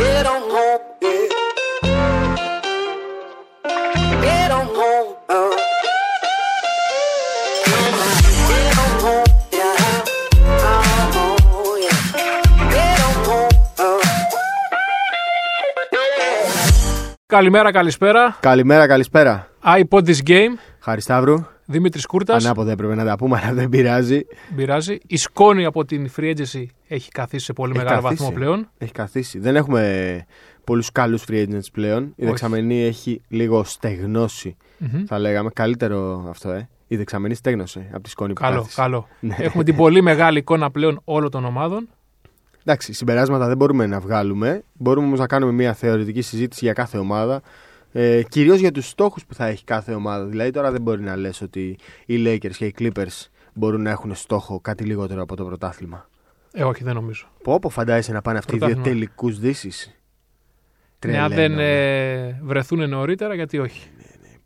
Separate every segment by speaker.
Speaker 1: Get on home, yeah. Get on home, uh. Get on home, yeah. Oh, yeah. Get on home, uh.
Speaker 2: Καλημέρα, καλησπέρα.
Speaker 3: Καλημέρα, καλησπέρα.
Speaker 2: iPod this game.
Speaker 3: Χάρη Σταύρου.
Speaker 2: Δημήτρης Κούρτας.
Speaker 3: Ανάποδα έπρεπε να τα πούμε, αλλά δεν πειράζει.
Speaker 2: Πειράζει. Η σκόνη από την free agency έχει καθίσει σε πολύ
Speaker 3: Έχει
Speaker 2: μεγάλο
Speaker 3: καθίσει.
Speaker 2: βαθμό πλέον.
Speaker 3: Έχει καθίσει. Δεν έχουμε πολλούς καλούς free agents πλέον. Η δεξαμενή έχει λίγο στεγνώσει,
Speaker 2: Μμμ.
Speaker 3: θα λέγαμε. Καλύτερο αυτό, ε. Η δεξαμενή στέγνωσε από τη σκόνη που
Speaker 2: Καλό,
Speaker 3: κάθισε.
Speaker 2: καλό.
Speaker 3: Ναι.
Speaker 2: Έχουμε την πολύ μεγάλη εικόνα πλέον όλων των ομάδων.
Speaker 3: Εντάξει, συμπεράσματα δεν μπορούμε να βγάλουμε. Μπορούμε όμως να κάνουμε μια θεωρητική συζήτηση για κάθε ομάδα. Ε, Κυρίως για τους στόχους που θα έχει κάθε ομάδα. Δηλαδή, τώρα δεν μπορεί να λες ότι οι Lakers και οι Clippers μπορούν να έχουν στόχο κάτι λιγότερο από το πρωτάθλημα.
Speaker 2: Ε, όχι, δεν νομίζω.
Speaker 3: Πω, πω φαντάζεσαι να πάνε αυτοί οι δύο
Speaker 2: Πρωτάθλημα.
Speaker 3: τελικούς Δύση.
Speaker 2: Ναι, αν δεν
Speaker 3: ναι.
Speaker 2: ε, βρεθούν νωρίτερα, γιατί όχι.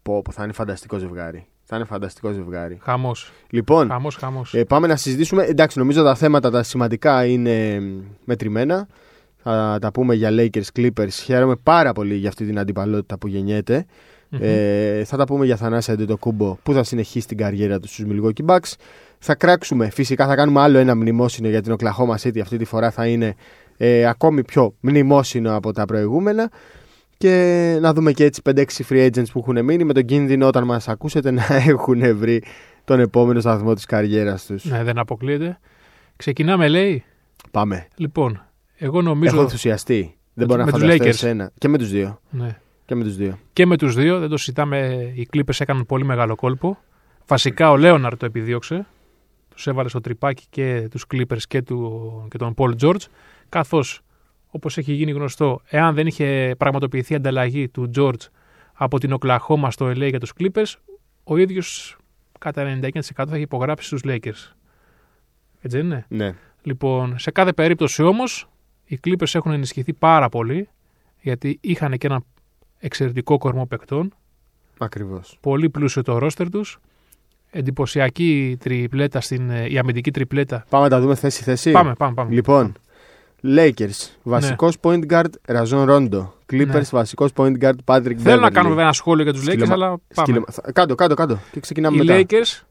Speaker 3: Πω, πω, θα είναι φανταστικό ζευγάρι. Θα είναι φανταστικό ζευγάρι.
Speaker 2: Χαμός.
Speaker 3: Λοιπόν,
Speaker 2: Χαμός, χαμός.
Speaker 3: Ε, πάμε να συζητήσουμε. Εντάξει, νομίζω τα θέματα τα σημαντικά είναι μ, μετρημένα. Θα τα πούμε για Lakers Clippers. Χαίρομαι πάρα πολύ για αυτή την αντιπαλότητα που γεννιέται. Ε, θα τα πούμε για Θανάση Αντετοκούμπο που θα συνεχίσει την καριέρα του στους Milwaukee Bucks. Θα κράξουμε, φυσικά θα κάνουμε άλλο ένα μνημόσυνο για την Oklahoma City. Αυτή τη φορά θα είναι ε, ακόμη πιο μνημόσυνο από τα προηγούμενα. Και να δούμε και έτσι 5-6 free agents που έχουν μείνει με τον κίνδυνο όταν μας ακούσετε να έχουν βρει τον επόμενο σταθμό της καριέρας τους.
Speaker 2: Ναι, δεν αποκλείεται. Ξεκινάμε, λέει.
Speaker 3: Πάμε.
Speaker 2: Λοιπόν, εγώ νομίζω.
Speaker 3: Έχω ενθουσιαστεί. Δεν μπορώ να
Speaker 2: με τους
Speaker 3: φανταστώ
Speaker 2: Lakers.
Speaker 3: εσένα. Και με τους δύο.
Speaker 2: Ναι.
Speaker 3: Και με τους δύο.
Speaker 2: Και με τους δύο, δεν το συζητάμε. Οι κλήπε έκαναν πολύ μεγάλο κόλπο. Βασικά ο Λέοναρ το επιδίωξε. Τους έβαλε στο τρυπάκι και τους Clippers και, του, και τον Πολ Τζόρτζ. Καθώς, όπως έχει γίνει γνωστό, εάν δεν είχε πραγματοποιηθεί η ανταλλαγή του Τζόρτζ από την Οκλαχώμα στο LA για τους Clippers, ο ίδιος κατά 99% θα έχει υπογράψει στους Lakers. Έτσι δεν είναι.
Speaker 3: Ναι.
Speaker 2: Λοιπόν, σε κάθε περίπτωση όμως, οι Clippers έχουν ενισχυθεί πάρα πολύ γιατί είχαν και ένα εξαιρετικό κορμό παικτών,
Speaker 3: Ακριβώς.
Speaker 2: πολύ πλούσιο το ρόστερ τους, εντυπωσιακή τριπλέτα στην, ε, η αμυντική τριπλέτα.
Speaker 3: Πάμε να τα δούμε θέση-θέση.
Speaker 2: Πάμε, πάμε, πάμε.
Speaker 3: Λοιπόν, Lakers, βασικός point guard Ραζόν Ρόντο. Clippers,
Speaker 2: Ναι.
Speaker 3: βασικός point guard Patrick
Speaker 2: Θέλω να
Speaker 3: Beverley.
Speaker 2: κάνουμε ένα σχόλιο για τους Lakers,
Speaker 3: Σκύλωμα-
Speaker 2: αλλά πάμε.
Speaker 3: Σκύλωμα- θα- Κάντο, κάντο, κάντο. Και ξεκινάμε
Speaker 2: Οι
Speaker 3: μετά.
Speaker 2: Lakers,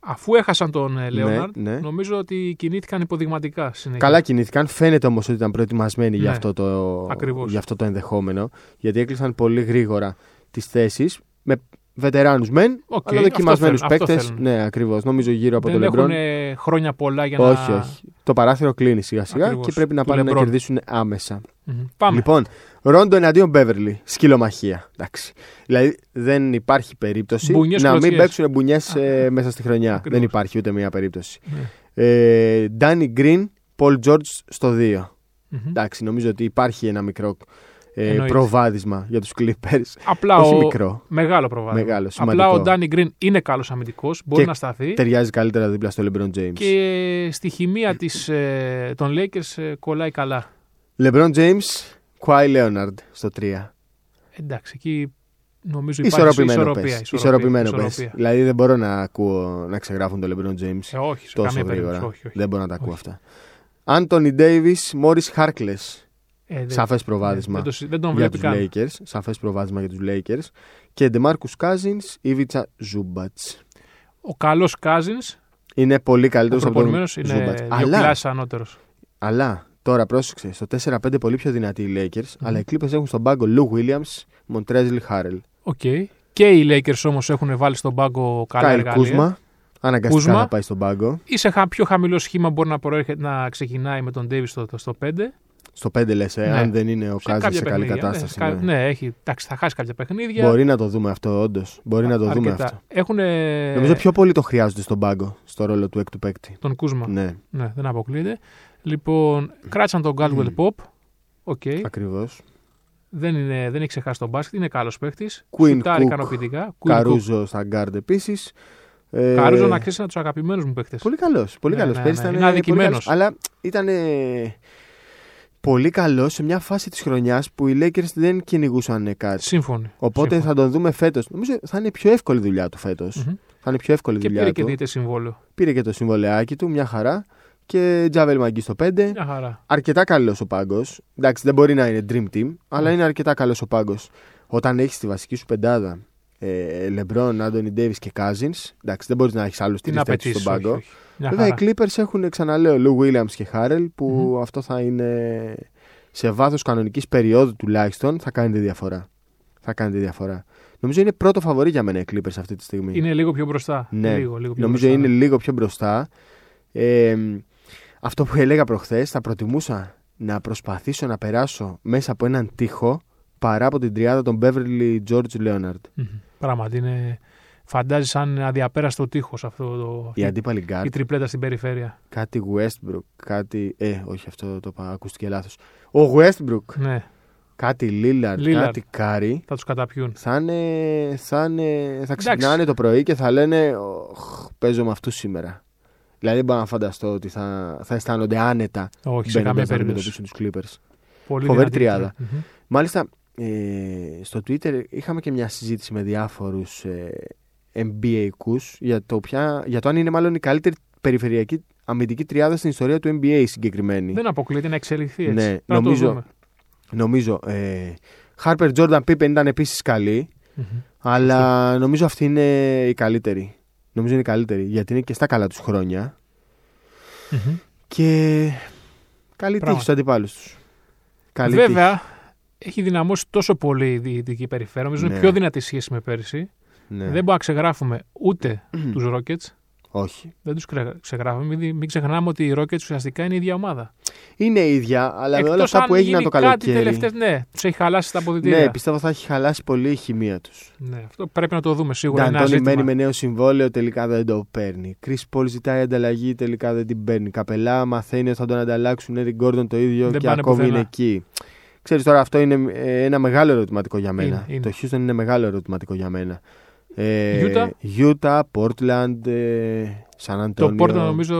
Speaker 2: αφού έχασαν τον Λέοναρντ,
Speaker 3: ναι.
Speaker 2: νομίζω ότι κινήθηκαν υποδειγματικά συνέχεια.
Speaker 3: Καλά κινήθηκαν. Φαίνεται όμως ότι ήταν προετοιμασμένοι για,
Speaker 2: Ναι.
Speaker 3: αυτό το,
Speaker 2: Ακριβώς.
Speaker 3: για αυτό το ενδεχόμενο. Γιατί έκλεισαν πολύ γρήγορα τις θέσεις με βετεράνους μεν,
Speaker 2: Οκ,
Speaker 3: αλλά
Speaker 2: αυτό
Speaker 3: δοκιμασμένους
Speaker 2: θέλουν, αυτό
Speaker 3: παίκτες.
Speaker 2: θέλουν.
Speaker 3: Ναι, ακριβώς. Νομίζω γύρω από
Speaker 2: Δεν
Speaker 3: τον Λεμπρόν.
Speaker 2: έχουν ε, χρόνια πολλά για
Speaker 3: όχι,
Speaker 2: να.
Speaker 3: όχι. Το παράθυρο κλείνει σιγά σιγά
Speaker 2: Ακριβώς.
Speaker 3: και πρέπει να
Speaker 2: Του
Speaker 3: πάνε να
Speaker 2: LeBron.
Speaker 3: κερδίσουν άμεσα.
Speaker 2: Μμμ. Πάμε.
Speaker 3: Λοιπόν, Ρόντο εναντίον Μπέβερλι. Σκυλομαχία. Εντάξει. Δηλαδή δεν υπάρχει περίπτωση
Speaker 2: Μπουνιές
Speaker 3: να μην
Speaker 2: κλωτσιές.
Speaker 3: παίξουν μπουνιές μέσα στη χρονιά.
Speaker 2: Ακριβώς. Ναι.
Speaker 3: Δεν υπάρχει ούτε μία περίπτωση. Ε, Ντάνι Γκριν, Πολ Τζόρτζ στο 2.
Speaker 2: Μμμ.
Speaker 3: Εντάξει, νομίζω ότι υπάρχει ένα μικρό ε,
Speaker 2: Εννοείται.
Speaker 3: προβάδισμα για τους Clippers.
Speaker 2: Απλά
Speaker 3: όχι
Speaker 2: ο...
Speaker 3: μικρό.
Speaker 2: Μεγάλο προβάδισμα.
Speaker 3: Μεγάλο,
Speaker 2: Απλά ο
Speaker 3: σημαντικό.
Speaker 2: Ντάνι Γκριν είναι καλός αμυντικός, μπορεί
Speaker 3: Και
Speaker 2: να σταθεί.
Speaker 3: Ταιριάζει καλύτερα δίπλα στο LeBron James.
Speaker 2: Και στη χημεία της, ε, των Lakers ε, κολλάει καλά.
Speaker 3: LeBron James, Kawhi Leonard στο 3.
Speaker 2: Εντάξει, εκεί νομίζω υπάρχει
Speaker 3: Ισορροπημένο
Speaker 2: ισορροπία.
Speaker 3: πες.
Speaker 2: ισορροπία,
Speaker 3: Ισορροπημένο πες.
Speaker 2: ισορροπία.
Speaker 3: Δηλαδή δεν μπορώ να ακούω να ξεγράφουν τον LeBron James
Speaker 2: Ε, όχι, σε
Speaker 3: τόσο
Speaker 2: καμία περίπτωση.
Speaker 3: γρήγορα.
Speaker 2: Όχι, όχι.
Speaker 3: Δεν μπορώ να τα ακούω
Speaker 2: Όχι.
Speaker 3: αυτά. Anthony Davis, Morris Harkless.
Speaker 2: Ε, δεν-
Speaker 3: Σαφές
Speaker 2: ναι,
Speaker 3: προβάδισμα
Speaker 2: Δεν, το συ- δεν τον
Speaker 3: για
Speaker 2: βλέπει
Speaker 3: τους
Speaker 2: καν.
Speaker 3: Lakers. Σαφές προβάδισμα για τους Lakers. Και DeMarcus Cousins, Ivica Zubac.
Speaker 2: Ο καλός Κάζιν,
Speaker 3: Είναι πολύ
Speaker 2: ο
Speaker 3: καλύτερος από τον
Speaker 2: προπονημένος,
Speaker 3: Zubac.
Speaker 2: είναι δύο
Speaker 3: Αλλά,
Speaker 2: κλάσει ανώτερος.
Speaker 3: αλλά τώρα πρόσεξε, στο 4-5 πολύ πιο δυνατοί οι Lakers, αλλά οι Clippers έχουν στον πάγκο Lou Williams, Montrezl Harrell.
Speaker 2: Οκ. Και οι Lakers όμως έχουν βάλει στον πάγκο καλά
Speaker 3: Kyle
Speaker 2: εργαλεία.
Speaker 3: Kuzma, αναγκαστικά
Speaker 2: Kuzma.
Speaker 3: θα πάει στον πάγκο.
Speaker 2: Ή σε χα- πιο χαμηλό σχήμα μπορεί να, προέρχεται, να ξεκινάει με τον Davis στο, στο 5.
Speaker 3: Στο 5 λε,
Speaker 2: Ναι.
Speaker 3: αν δεν είναι ο
Speaker 2: σε
Speaker 3: Κάζα
Speaker 2: κάποια
Speaker 3: σε καλή
Speaker 2: παιχνίδια,
Speaker 3: κατάσταση.
Speaker 2: Ναι,
Speaker 3: ναι.
Speaker 2: κα- ναι, έχει, εντάξει, θα χάσει κάποια παιχνίδια.
Speaker 3: Μπορεί να το δούμε αυτό, όντως. Μπορεί να το δούμε αυτό.
Speaker 2: Έχουν Ε,
Speaker 3: Νομίζω πιο πολύ το χρειάζονται στον πάγκο, στο ρόλο του έκτου παίκτη.
Speaker 2: τον Κούσμα. Ναι.
Speaker 3: Ναι,
Speaker 2: δεν αποκλείεται. Λοιπόν, κράτησαν τον Caldwell Pop. Οκ.
Speaker 3: ακριβώς.
Speaker 2: Δεν, είναι, δεν έχει ξεχάσει τον μπάσκετ. Είναι καλός παίχτη.
Speaker 3: Quinn Cook,
Speaker 2: ικανοποιητικά. Quinn Cook.
Speaker 3: Καρούζο στα γκάρντ επίσης. Ε,
Speaker 2: Καρούζο να ξέρεις είναι από τους αγαπημένους μου παίχτε.
Speaker 3: Πολύ καλός. Πολύ
Speaker 2: Ναι,
Speaker 3: καλός.
Speaker 2: ναι,
Speaker 3: Πέρυσι
Speaker 2: ναι.
Speaker 3: ήταν,
Speaker 2: Είναι
Speaker 3: ε, πολύ
Speaker 2: αδικημένος.
Speaker 3: καλός, Αλλά ήταν πολύ καλός σε μια φάση της χρονιάς που οι Lakers δεν κυνηγούσαν κάτι.
Speaker 2: Σύμφωνοι.
Speaker 3: Οπότε
Speaker 2: Σύμφωνοι.
Speaker 3: θα τον δούμε φέτος. Νομίζω θα είναι η πιο εύκολη δουλειά του φετο
Speaker 2: Μμμ.
Speaker 3: Θα είναι η πιο εύκολη
Speaker 2: Και
Speaker 3: δουλειά
Speaker 2: πήρε
Speaker 3: του.
Speaker 2: και δείτε συμβόλαιο.
Speaker 3: Πήρε και το συμβολεάκι του, μια χαρά. και Τζάβελ Μαγκή στο 5.
Speaker 2: Μια χαρά.
Speaker 3: Αρκετά καλός ο πάγκος. Εντάξει, δεν μπορεί να είναι dream team, αλλά
Speaker 2: Ναι.
Speaker 3: είναι αρκετά καλός ο πάγκος. Όταν έχεις τη βασική σου πεντάδα ε, Λεμπρόν, Άντωνι Ντέβι και Κάζιν, εντάξει, δεν μπορείς να έχεις άλλους
Speaker 2: Τι να
Speaker 3: τριφτέ
Speaker 2: απαιτήσει.
Speaker 3: στον πάγκο.
Speaker 2: Όχι, όχι. Μια
Speaker 3: Βέβαια, οι
Speaker 2: χαρά.
Speaker 3: Clippers έχουν, ξαναλέω, Λου Βίλιαμ και Χάρελ, που αυτό θα είναι σε βάθος κανονικής περίοδου τουλάχιστον θα κάνει τη διαφορά. Θα κάνει τη διαφορά. Νομίζω είναι πρώτο φαβορή για μένα οι Clippers αυτή τη στιγμή.
Speaker 2: Είναι λίγο πιο μπροστά.
Speaker 3: Ναι.
Speaker 2: Λίγο, λίγο πιο
Speaker 3: Νομίζω
Speaker 2: μπροστά. ναι.
Speaker 3: είναι λίγο πιο μπροστά. Ε, αυτό που έλεγα προχθές, θα προτιμούσα να προσπαθήσω να περάσω μέσα από έναν τοίχο παρά από την τριάδα των Beverly George Leonard.
Speaker 2: Μμμ. Πράγματι είναι. Φαντάζει σαν αδιαπέραστο τείχο αυτό το.
Speaker 3: Η αντίπαλη guard,
Speaker 2: Η τριπλέτα στην περιφέρεια.
Speaker 3: κάτι Westbrook, κάτι. Ε, όχι, αυτό το είπα, ακούστηκε λάθος. Ο Westbrook,
Speaker 2: Ναι,
Speaker 3: κάτι Lillard,
Speaker 2: Lillard.
Speaker 3: κάτι Curry.
Speaker 2: θα τους καταπιούν.
Speaker 3: Θα, είναι, θα, είναι, θα
Speaker 2: Εντάξει.
Speaker 3: ξυπνάνε το πρωί και θα λένε «Οχ, παίζω με αυτούς σήμερα. Δηλαδή δεν μπορώ να φανταστώ ότι θα, θα αισθάνονται άνετα
Speaker 2: Όχι, σε καμία
Speaker 3: μπαίνοντας να
Speaker 2: περίπτωση.
Speaker 3: αντιμετωπίσουν τους Clippers.
Speaker 2: Πολύ
Speaker 3: Φοβερή
Speaker 2: δυνατή. Mm-hmm.
Speaker 3: τριάδα.
Speaker 2: Μμμ.
Speaker 3: Μάλιστα, ε, στο Twitter είχαμε και μια συζήτηση με διάφορους ε, NBA-κούς για το, ποια, για το αν είναι μάλλον η καλύτερη περιφερειακή αμυντική τριάδα στην ιστορία του NBA συγκεκριμένη.
Speaker 2: Δεν αποκλείεται να εξελιχθεί έτσι.
Speaker 3: Ναι,
Speaker 2: Πρέπει να το
Speaker 3: νομίζω-
Speaker 2: δούμε.
Speaker 3: Νομίζω, ε, Harper Jordan Pippen ήταν επίσης καλή.
Speaker 2: Μμμ.
Speaker 3: Αλλά νομίζω αυτή είναι η καλύτερη. Νομίζω είναι η καλύτερη γιατί είναι και στα καλά τους χρόνια
Speaker 2: Μμμ.
Speaker 3: και
Speaker 2: Πράγμα.
Speaker 3: καλή τύχη στους αντιπάλους τους. Καλή
Speaker 2: Βέβαια, έχει δυναμώσει τόσο πολύ η διοικητική περιφέρεια. Νομίζω είναι
Speaker 3: Ναι.
Speaker 2: πιο δυνατή σχέση με πέρσι.
Speaker 3: τύχη. Ναι.
Speaker 2: Δεν μπορούμε να ξεγράφουμε ούτε τους Rockets.
Speaker 3: Όχι.
Speaker 2: Δεν τους ξεγράφουμε. Μην, μην ξεχνάμε ότι οι Rockets ουσιαστικά είναι η ίδια ομάδα.
Speaker 3: Είναι η ίδια, αλλά με Δηλαδή, όλα
Speaker 2: Εκτός
Speaker 3: αυτά
Speaker 2: αν
Speaker 3: που έγιναν
Speaker 2: γίνει
Speaker 3: το
Speaker 2: Κάτι
Speaker 3: καλοκαίρι.
Speaker 2: τελευταίες, ναι, τους έχει χαλάσει τα αποδητήρια.
Speaker 3: Ναι, πιστεύω θα έχει χαλάσει πολύ η χημεία τους.
Speaker 2: Ναι, αυτό πρέπει να το δούμε σίγουρα. είναι ένα
Speaker 3: Νταντώνη
Speaker 2: ζήτημα.
Speaker 3: μένει με νέο συμβόλαιο, τελικά δεν το παίρνει. Κρι Πολ ζητάει ανταλλαγή, τελικά δεν την παίρνει. Καπελά μαθαίνει ότι θα τον ανταλλάξουν. Έρι Γκόρντον το ίδιο
Speaker 2: Δεν
Speaker 3: και
Speaker 2: πάνε
Speaker 3: ακόμη
Speaker 2: πουθενά.
Speaker 3: είναι εκεί. Ξέρεις τώρα, αυτό είναι ε, ένα μεγάλο ερωτηματικό για μένα.
Speaker 2: Είναι, είναι.
Speaker 3: Το Houston είναι μεγάλο ερωτηματικό για μένα. Ε,
Speaker 2: Utah.
Speaker 3: Utah, Portland, ε, San
Speaker 2: Το
Speaker 3: Antonio,
Speaker 2: Portland νομίζω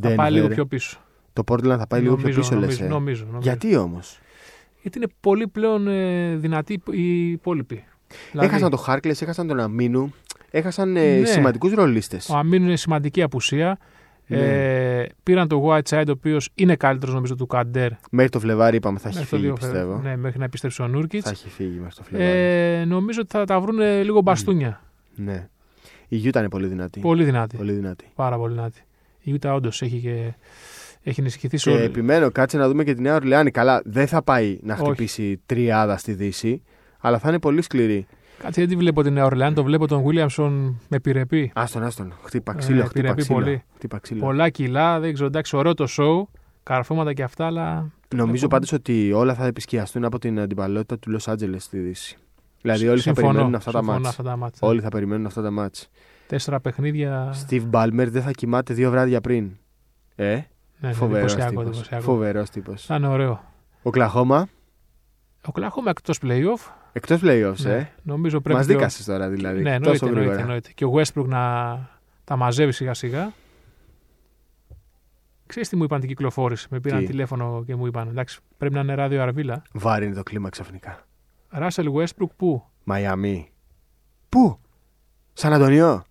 Speaker 2: θα πάει
Speaker 3: Denver.
Speaker 2: λίγο πιο πίσω.
Speaker 3: Το Portland θα πάει λίγο πιο
Speaker 2: Νομίζω,
Speaker 3: πίσω, λες,
Speaker 2: νομίζω,
Speaker 3: ε.
Speaker 2: νομίζω, νομίζω.
Speaker 3: Γιατί όμως.
Speaker 2: Γιατί είναι πολύ πλέον ε, δυνατοί οι υπόλοιποι. Δηλαδή,
Speaker 3: Έχασαν το Χάρκλες, έχασαν τον Αμίνου, έχασαν ε,
Speaker 2: Ναι.
Speaker 3: σημαντικούς ρολίστες.
Speaker 2: Ο Αμίνου είναι σημαντική απουσία.
Speaker 3: Ναι.
Speaker 2: Ε, πήραν το Whiteside, ο οποίος είναι καλύτερος νομίζω του Καντέρ.
Speaker 3: Μέχρι το Φλεβάρι είπαμε θα έχει
Speaker 2: μέχρι το
Speaker 3: φύγει,
Speaker 2: δύο-
Speaker 3: πιστεύω.
Speaker 2: Ναι, μέχρι να επιστρέψει ο Νούρκιτ.
Speaker 3: Θα έχει φύγει μέχρι το Φλεβάρι.
Speaker 2: Ε, νομίζω ότι θα τα βρουν λίγο μπαστούνια.
Speaker 3: Ναι. Η Utah είναι πολύ δυνατή.
Speaker 2: Πολύ δυνατή.
Speaker 3: Ναι. Πολύ δυνατή.
Speaker 2: Πάρα πολύ δυνατή. Η Utah όντως έχει, και... έχει ενισχυθεί σε
Speaker 3: Και
Speaker 2: όλη.
Speaker 3: επιμένω, κάτσε να δούμε και τη Νέα Ορλεάνη. Καλά, δεν θα πάει να
Speaker 2: Όχι.
Speaker 3: χτυπήσει τριάδα στη Δύση, αλλά θα είναι πολύ σκληρή.
Speaker 2: Κάτι δεν τη βλέπω την Νέα Ορλεάνη, το βλέπω τον Williamson με πυρεπεί.
Speaker 3: Άστον, άστον. Χτύπα
Speaker 2: Ε,
Speaker 3: ξύλο, χτύπα
Speaker 2: επιρρεπεί
Speaker 3: ξύλο.
Speaker 2: πολύ.
Speaker 3: Χτύπα ξύλο.
Speaker 2: Πολλά κιλά, δεν ξέρω, εντάξει, ωραίο το show, καρφώματα και αυτά, αλλά
Speaker 3: Νομίζω
Speaker 2: Έχω-
Speaker 3: πάντως ότι όλα θα επισκιαστούν από την αντιπαλότητα του Λο Άντζελε στη Δύση. Δηλαδή, όλοι θα
Speaker 2: συμφωνώ,
Speaker 3: περιμένουν αυτά τα
Speaker 2: συμφωνώ
Speaker 3: μάτς.
Speaker 2: αυτά τα μάτς.
Speaker 3: Όλοι θα περιμένουν αυτά τα μάτς.
Speaker 2: Τέσσερα παιχνίδια,
Speaker 3: Στίβ Μπάλμερ δεν θα κοιμάται δύο βράδια πριν. Ε,
Speaker 2: ναι, ναι,
Speaker 3: φοβερός
Speaker 2: εντυπωσιακό,
Speaker 3: τύπος.
Speaker 2: εντυπωσιακό.
Speaker 3: Φοβερός τύπος.
Speaker 2: Θα είναι ωραίο.
Speaker 3: Ο Κλαχώμα,
Speaker 2: Ο Κλάχομα εκτός play-off,
Speaker 3: εκτός playoffs,
Speaker 2: ναι,
Speaker 3: ε.
Speaker 2: νομίζω πρέπει
Speaker 3: Μας
Speaker 2: πλέον-
Speaker 3: δίκασες τώρα δηλαδή.
Speaker 2: Ναι, εννοείται,
Speaker 3: τόσο
Speaker 2: εννοείται,
Speaker 3: γρήγορα.
Speaker 2: εννοείται. Και ο Westbrook να τα μαζεύει σιγά σιγά. Ξέρεις τι μου είπαν την κυκλοφόρηση. Με πήραν
Speaker 3: Τι?
Speaker 2: τηλέφωνο και μου είπαν εντάξει, πρέπει να είναι ράδιο αρβίλα.
Speaker 3: Βάρη είναι το κλίμα ξαφνικά.
Speaker 2: Ράσελ Westbrook πού.
Speaker 3: Μαϊάμι. Πού? Σαν Αντωνιό.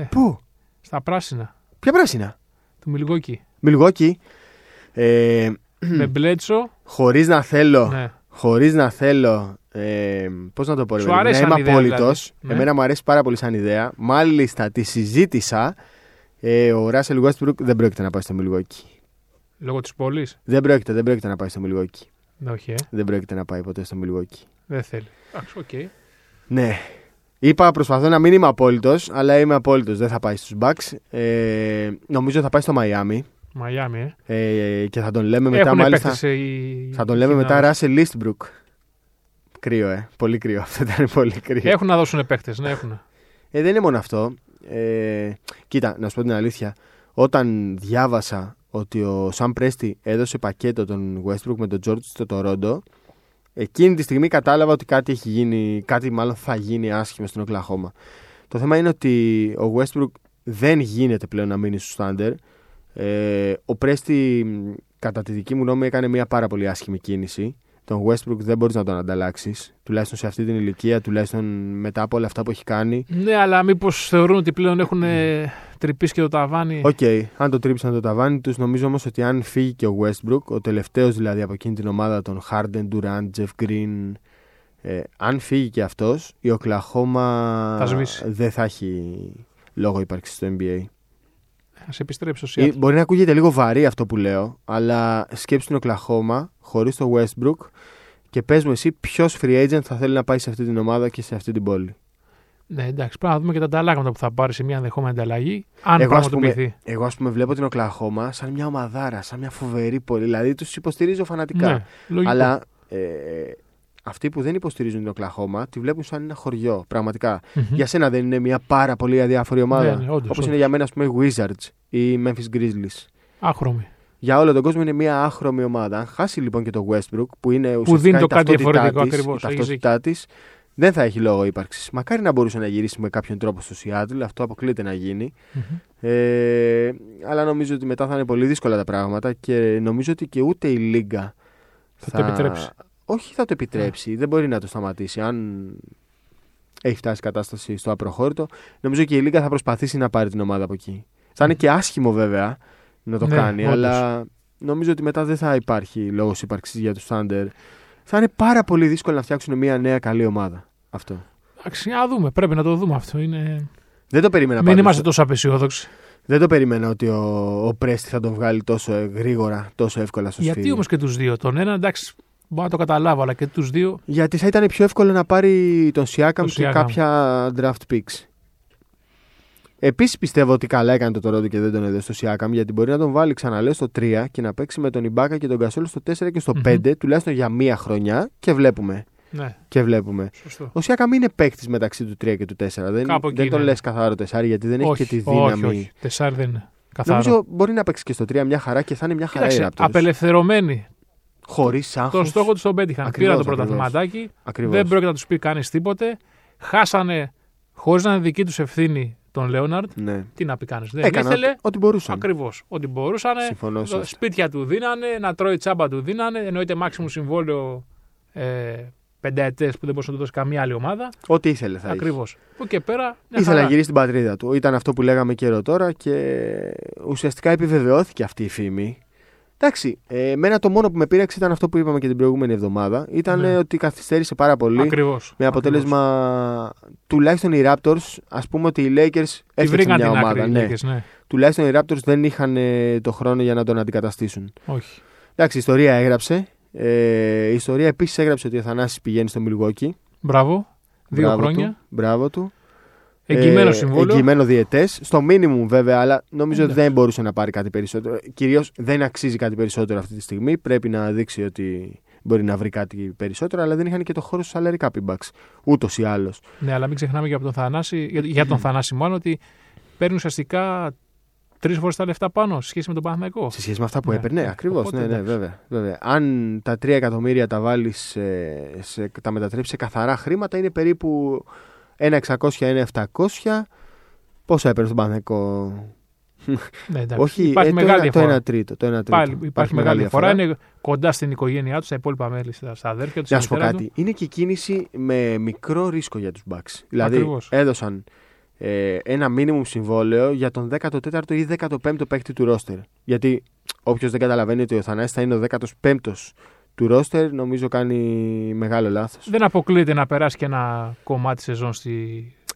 Speaker 2: Ε,
Speaker 3: Πού?
Speaker 2: στα πράσινα
Speaker 3: Ποια πράσινα.
Speaker 2: του Μιλγόκη.
Speaker 3: Μιλγόκι. Ε,
Speaker 2: με Μπλέτσο.
Speaker 3: Χωρίς να θέλω.
Speaker 2: ναι.
Speaker 3: Χωρίς να θέλω. Ε, Πώς να το πω, ρε
Speaker 2: Σου
Speaker 3: παιδί μου,
Speaker 2: αρέσει
Speaker 3: να
Speaker 2: σαν
Speaker 3: είμαι
Speaker 2: ιδέα,
Speaker 3: απόλυτος.
Speaker 2: δηλαδή. Ναι.
Speaker 3: Εμένα μου αρέσει πάρα πολύ σαν ιδέα. Μάλιστα, τη συζήτησα. Ε, ο Ράσελ Westbrook δεν πρόκειται να πάει στο Μιλγόκι.
Speaker 2: Λόγω της πόλης.
Speaker 3: Δεν πρόκειται, δεν πρόκειται να πάει στο Μιλγόκι.
Speaker 2: Ναι, όχι, ε.
Speaker 3: Δεν πρόκειται να πάει ποτέ στο Μιλγόκι.
Speaker 2: δεν θέλει. Εντάξει, οκ.
Speaker 3: Ναι. Είπα, προσπαθώ να μην είμαι απόλυτος, αλλά είμαι απόλυτος. Δεν θα πάει στους Bucks. Ε, νομίζω θα πάει στο Μαϊάμι.
Speaker 2: Μαϊάμι, ε.
Speaker 3: Ε, και θα τον λέμε μετά,
Speaker 2: Έχουν
Speaker 3: μάλιστα.
Speaker 2: παίχτες, ε, οι-
Speaker 3: Θα τον λέμε
Speaker 2: οι
Speaker 3: μετά
Speaker 2: Κινάους.
Speaker 3: Russell Eastbrook. Κρύο, ε. Πολύ κρύο. Αυτό ήταν πολύ κρύο.
Speaker 2: Έχουν να δώσουν παίχτε, ναι, έχουν.
Speaker 3: Ε, δεν είναι μόνο αυτό. Ε, κοίτα, να σου πω την αλήθεια. Όταν διάβασα ότι ο Σαν Πρέστη έδωσε πακέτο τον Westbrook με τον George στο Τορόντο, εκείνη τη στιγμή κατάλαβα ότι κάτι έχει γίνει, κάτι μάλλον θα γίνει άσχημο στην Οκλαχώμα. Το θέμα είναι ότι ο Westbrook δεν γίνεται πλέον να μείνει στους Thunder. Ε, ο Πρέστη, μ, κατά τη δική μου γνώμη, έκανε μια πάρα πολύ άσχημη κίνηση. τον Westbrook δεν μπορείς να τον ανταλλάξεις. Τουλάχιστον σε αυτή την ηλικία, τουλάχιστον μετά από όλα αυτά που έχει κάνει.
Speaker 2: Ναι, αλλά μήπως θεωρούν ότι πλέον έχουν ε, τρυπήσει και το ταβάνι.
Speaker 3: Οκ, αν το τρίψαν το ταβάνι τους, νομίζω όμως ότι αν φύγει και ο Westbrook, ο τελευταίος δηλαδή από εκείνη την ομάδα των Harden, Durant, Jeff Green. Ε, αν φύγει και αυτός, η Οκλαχώμα
Speaker 2: Θα σβήσει.
Speaker 3: δεν θα έχει λόγο ύπαρξης στο NBA.
Speaker 2: Ας επιστρέψει ο
Speaker 3: Ή-
Speaker 2: Σιάτ.
Speaker 3: Μπορεί να ακούγεται λίγο βαρύ αυτό που λέω, αλλά σκέψου την Οκλαχώμα χωρίς το Westbrook και πες μου εσύ ποιος free agent θα θέλει να πάει σε αυτή την ομάδα και σε αυτή την πόλη.
Speaker 2: Ναι, εντάξει, πρέπει να δούμε και τα ανταλλάγματα που θα πάρει σε μια ενδεχόμενη ανταλλαγή. Αν
Speaker 3: Εγώ, ας πούμε,
Speaker 2: πραγματοποιηθεί.
Speaker 3: Εγώ, ας πούμε, βλέπω την Οκλαχώμα σαν μια ομαδάρα, σαν μια φοβερή πόλη. Δηλαδή τους υποστηρίζω φανατικά.
Speaker 2: Ναι, λογικό.
Speaker 3: Αλλά ε, αυτοί που δεν υποστηρίζουν την Οκλαχώμα τη βλέπουν σαν ένα χωριό, πραγματικά.
Speaker 2: Μμμ.
Speaker 3: Για σένα δεν είναι μια πάρα πολύ αδιάφορη ομάδα.
Speaker 2: Ναι, ναι, όντως,
Speaker 3: Όπως είναι
Speaker 2: όντως.
Speaker 3: για μένα, ας πούμε, οι Wizards ή οι Memphis Grizzlies.
Speaker 2: Άχρωμη.
Speaker 3: Για όλο τον κόσμο είναι μια άχρωμη ομάδα. Αν χάσει λοιπόν και το Westbrook, που είναι ουσιαστικά
Speaker 2: δίνει το
Speaker 3: η
Speaker 2: κάτι
Speaker 3: ταυτότητά
Speaker 2: διαφορετικό
Speaker 3: της,
Speaker 2: ακριβώς,
Speaker 3: η
Speaker 2: έχεις
Speaker 3: ταυτότητά της, δεν θα έχει λόγο ύπαρξης. Μακάρι να μπορούσε να γυρίσει με κάποιον τρόπο στο Seattle, αυτό αποκλείεται να γίνει.
Speaker 2: Μμμ.
Speaker 3: Ε, αλλά νομίζω ότι μετά θα είναι πολύ δύσκολα τα πράγματα και νομίζω ότι και ούτε η Λίγκα
Speaker 2: Θα το επιτρέψει. Ναι.
Speaker 3: Όχι, θα το επιτρέψει. Δεν μπορεί να το σταματήσει. Αν έχει φτάσει η κατάσταση στο απροχώρητο, νομίζω και η Λίγκα θα προσπαθήσει να πάρει την ομάδα από εκεί. Θα είναι και άσχημο βέβαια να το
Speaker 2: Ναι,
Speaker 3: κάνει,
Speaker 2: όντως.
Speaker 3: αλλά νομίζω ότι μετά δεν θα υπάρχει λόγος ύπαρξης για τους Thunder. Θα είναι πάρα πολύ δύσκολο να φτιάξουν μια νέα καλή ομάδα. Αυτό.
Speaker 2: Εντάξει, να δούμε. Πρέπει να το δούμε αυτό. Είναι...
Speaker 3: Δεν το περίμενα
Speaker 2: Μην
Speaker 3: πάντως.
Speaker 2: είμαστε τόσο απεσιόδοξοι.
Speaker 3: Δεν το περίμενα ότι ο, ο Πρέστη θα τον βγάλει τόσο ε, γρήγορα, τόσο εύκολα στο σφύρι.
Speaker 2: Γιατί όμως και τους δύο. Τον ένα εντάξει, μπορώ να το καταλάβω, αλλά και τους δύο.
Speaker 3: Γιατί θα ήταν πιο εύκολο να πάρει τον Σιάκαμ
Speaker 2: Τον
Speaker 3: και
Speaker 2: Siakam.
Speaker 3: κάποια draft picks. Επίσης πιστεύω ότι καλά έκανε το Τωρόντο και δεν τον έδωσε στο Σιάκαμ γιατί μπορεί να τον βάλει ξαναλέω στο 3 και να παίξει με τον Ιμπάκα και τον Κασόλ στο 4 και στο
Speaker 2: Μμμ.
Speaker 3: 5 τουλάχιστον για μία χρονιά και βλέπουμε.
Speaker 2: Ναι,
Speaker 3: Και βλέπουμε.
Speaker 2: σωστό.
Speaker 3: Ο Σιάκαμ είναι παίκτης μεταξύ του 3 και του 4. Δεν,
Speaker 2: Κάπου εκεί
Speaker 3: δεν τον
Speaker 2: είναι.
Speaker 3: λες καθαρό 4 γιατί δεν
Speaker 2: όχι,
Speaker 3: έχει και τη δύναμη.
Speaker 2: Όχι, όχι. Τεσάρι δεν είναι. Καθαρό.
Speaker 3: Νομίζω μπορεί να παίξει και στο 3 μια χαρά και θα είναι μια χαρά.
Speaker 2: Κοίταξε,
Speaker 3: Raptors.
Speaker 2: απελευθερωμένοι.
Speaker 3: Χωρίς
Speaker 2: Το
Speaker 3: άγχος.
Speaker 2: στόχο τους τον πέτυχαν.
Speaker 3: Ακριβώς,
Speaker 2: Πήραν το
Speaker 3: ακριβώς.
Speaker 2: πρωταθληματάκι.
Speaker 3: Ακριβώς.
Speaker 2: Δεν πρόκειται να τους πει κανείς τίποτε. Χάσανε χωρίς να είναι δική τους ευθύνη τον Λέοναρντ.
Speaker 3: Ναι.
Speaker 2: Τι να πει κανείς. Δεν
Speaker 3: Έκανα
Speaker 2: ήθελε.
Speaker 3: ό,τι μπορούσαν.
Speaker 2: Ακριβώς. Ότι μπορούσαν.
Speaker 3: Συμφωνώ σε
Speaker 2: Το-
Speaker 3: αυτό.
Speaker 2: Σπίτια του δίνανε, να τρώει τσάμπα του δίνανε. Εννοείται μάξιμου συμβόλαιο ε, πενταετές που δεν μπορούσε να του δώσει καμία άλλη ομάδα.
Speaker 3: Ό,τι ήθελε θα είχε.
Speaker 2: Ακριβώ. Που και πέρα. μια
Speaker 3: Ήθελε να
Speaker 2: χαρά.
Speaker 3: γυρίσει στην πατρίδα του. Ήταν αυτό που λέγαμε καιρό τώρα και ουσιαστικά επιβεβαιώθηκε αυτή η φήμη. Εντάξει, ε, εμένα το μόνο που με πείραξε ήταν αυτό που είπαμε και την προηγούμενη εβδομάδα. Ήταν
Speaker 2: Ναι.
Speaker 3: ε, ότι καθυστέρησε πάρα πολύ.
Speaker 2: Ακριβώς.
Speaker 3: Με αποτέλεσμα, τουλάχιστον οι Raptors, ας πούμε ότι οι Lakers
Speaker 2: Τη
Speaker 3: έφτιαξαν
Speaker 2: βρήκαν
Speaker 3: μια
Speaker 2: την
Speaker 3: ομάδα.
Speaker 2: άκρη. οι
Speaker 3: ναι.
Speaker 2: Lakers, ναι.
Speaker 3: Τουλάχιστον οι Raptors δεν είχαν ε, το χρόνο για να τον αντικαταστήσουν.
Speaker 2: Όχι.
Speaker 3: Εντάξει, η ιστορία έγραψε. Ε, η ιστορία επίσης έγραψε ότι ο Θανάσης πηγαίνει στο Milwaukee.
Speaker 2: Μπράβο. Δύο
Speaker 3: Μπράβο
Speaker 2: χρόνια.
Speaker 3: Του. Μπράβο του.
Speaker 2: Εγγυημένο
Speaker 3: Ε,
Speaker 2: συμβόλαιο.
Speaker 3: Εγγυημένο διαιτές. Στο μίνιμουμ βέβαια, αλλά νομίζω ότι
Speaker 2: Εντάξει.
Speaker 3: δεν μπορούσε να πάρει κάτι περισσότερο. Κυρίως δεν αξίζει κάτι περισσότερο αυτή τη στιγμή. Πρέπει να δείξει ότι μπορεί να βρει κάτι περισσότερο, αλλά δεν είχαν και το χώρο στους salary cap bucks. Ούτως ή άλλως.
Speaker 2: Ναι, αλλά μην ξεχνάμε και από τον Θανάση, για, για τον Θανάση μάλλον ότι παίρνει ουσιαστικά τρεις φορές τα λεφτά πάνω σε σχέση με τον Παναθηναϊκό.
Speaker 3: Σε σχέση με αυτά που
Speaker 2: Ναι.
Speaker 3: έπαιρνε,
Speaker 2: Ναι.
Speaker 3: ακριβώς.
Speaker 2: Οπότε,
Speaker 3: Ναι, ναι,
Speaker 2: εντάξει.
Speaker 3: βέβαια, βέβαια. Αν τα 3 εκατομμύρια τα βάλεις, σε, σε- τα μετατρέψεις σε καθαρά χρήματα, είναι περίπου 1.600-1.700. Πόσα έπαιρνε στον Παναθηναϊκό
Speaker 2: Ναι, εντάξει.
Speaker 3: Όχι,
Speaker 2: υπάρχει
Speaker 3: ε, το
Speaker 2: μεγάλη
Speaker 3: ένα- το
Speaker 2: διαφορά.
Speaker 3: 1 τρίτο. Το ένα τρίτο.
Speaker 2: Πάλι υπάρχει, μεγάλη διαφορά. Είναι κοντά στην οικογένειά τους, στα υπόλοιπα μέλη, στα, στα αδέρφια τους.
Speaker 3: Να σου πω κάτι. Είναι και κίνηση με μικρό ρίσκο για τους Bucks. Δηλαδή
Speaker 2: Ακριβώς.
Speaker 3: έδωσαν ε, ένα μίνιμουμ συμβόλαιο για τον 14ο ή 15ο παίκτη του ρόστερ. Γιατί όποιος δεν καταλαβαίνει ότι ο Θανάσης θα είναι ο 15ο του ρόστερ, νομίζω κάνει μεγάλο λάθος.
Speaker 2: Δεν αποκλείεται να περάσει και ένα κομμάτι σεζόν στη,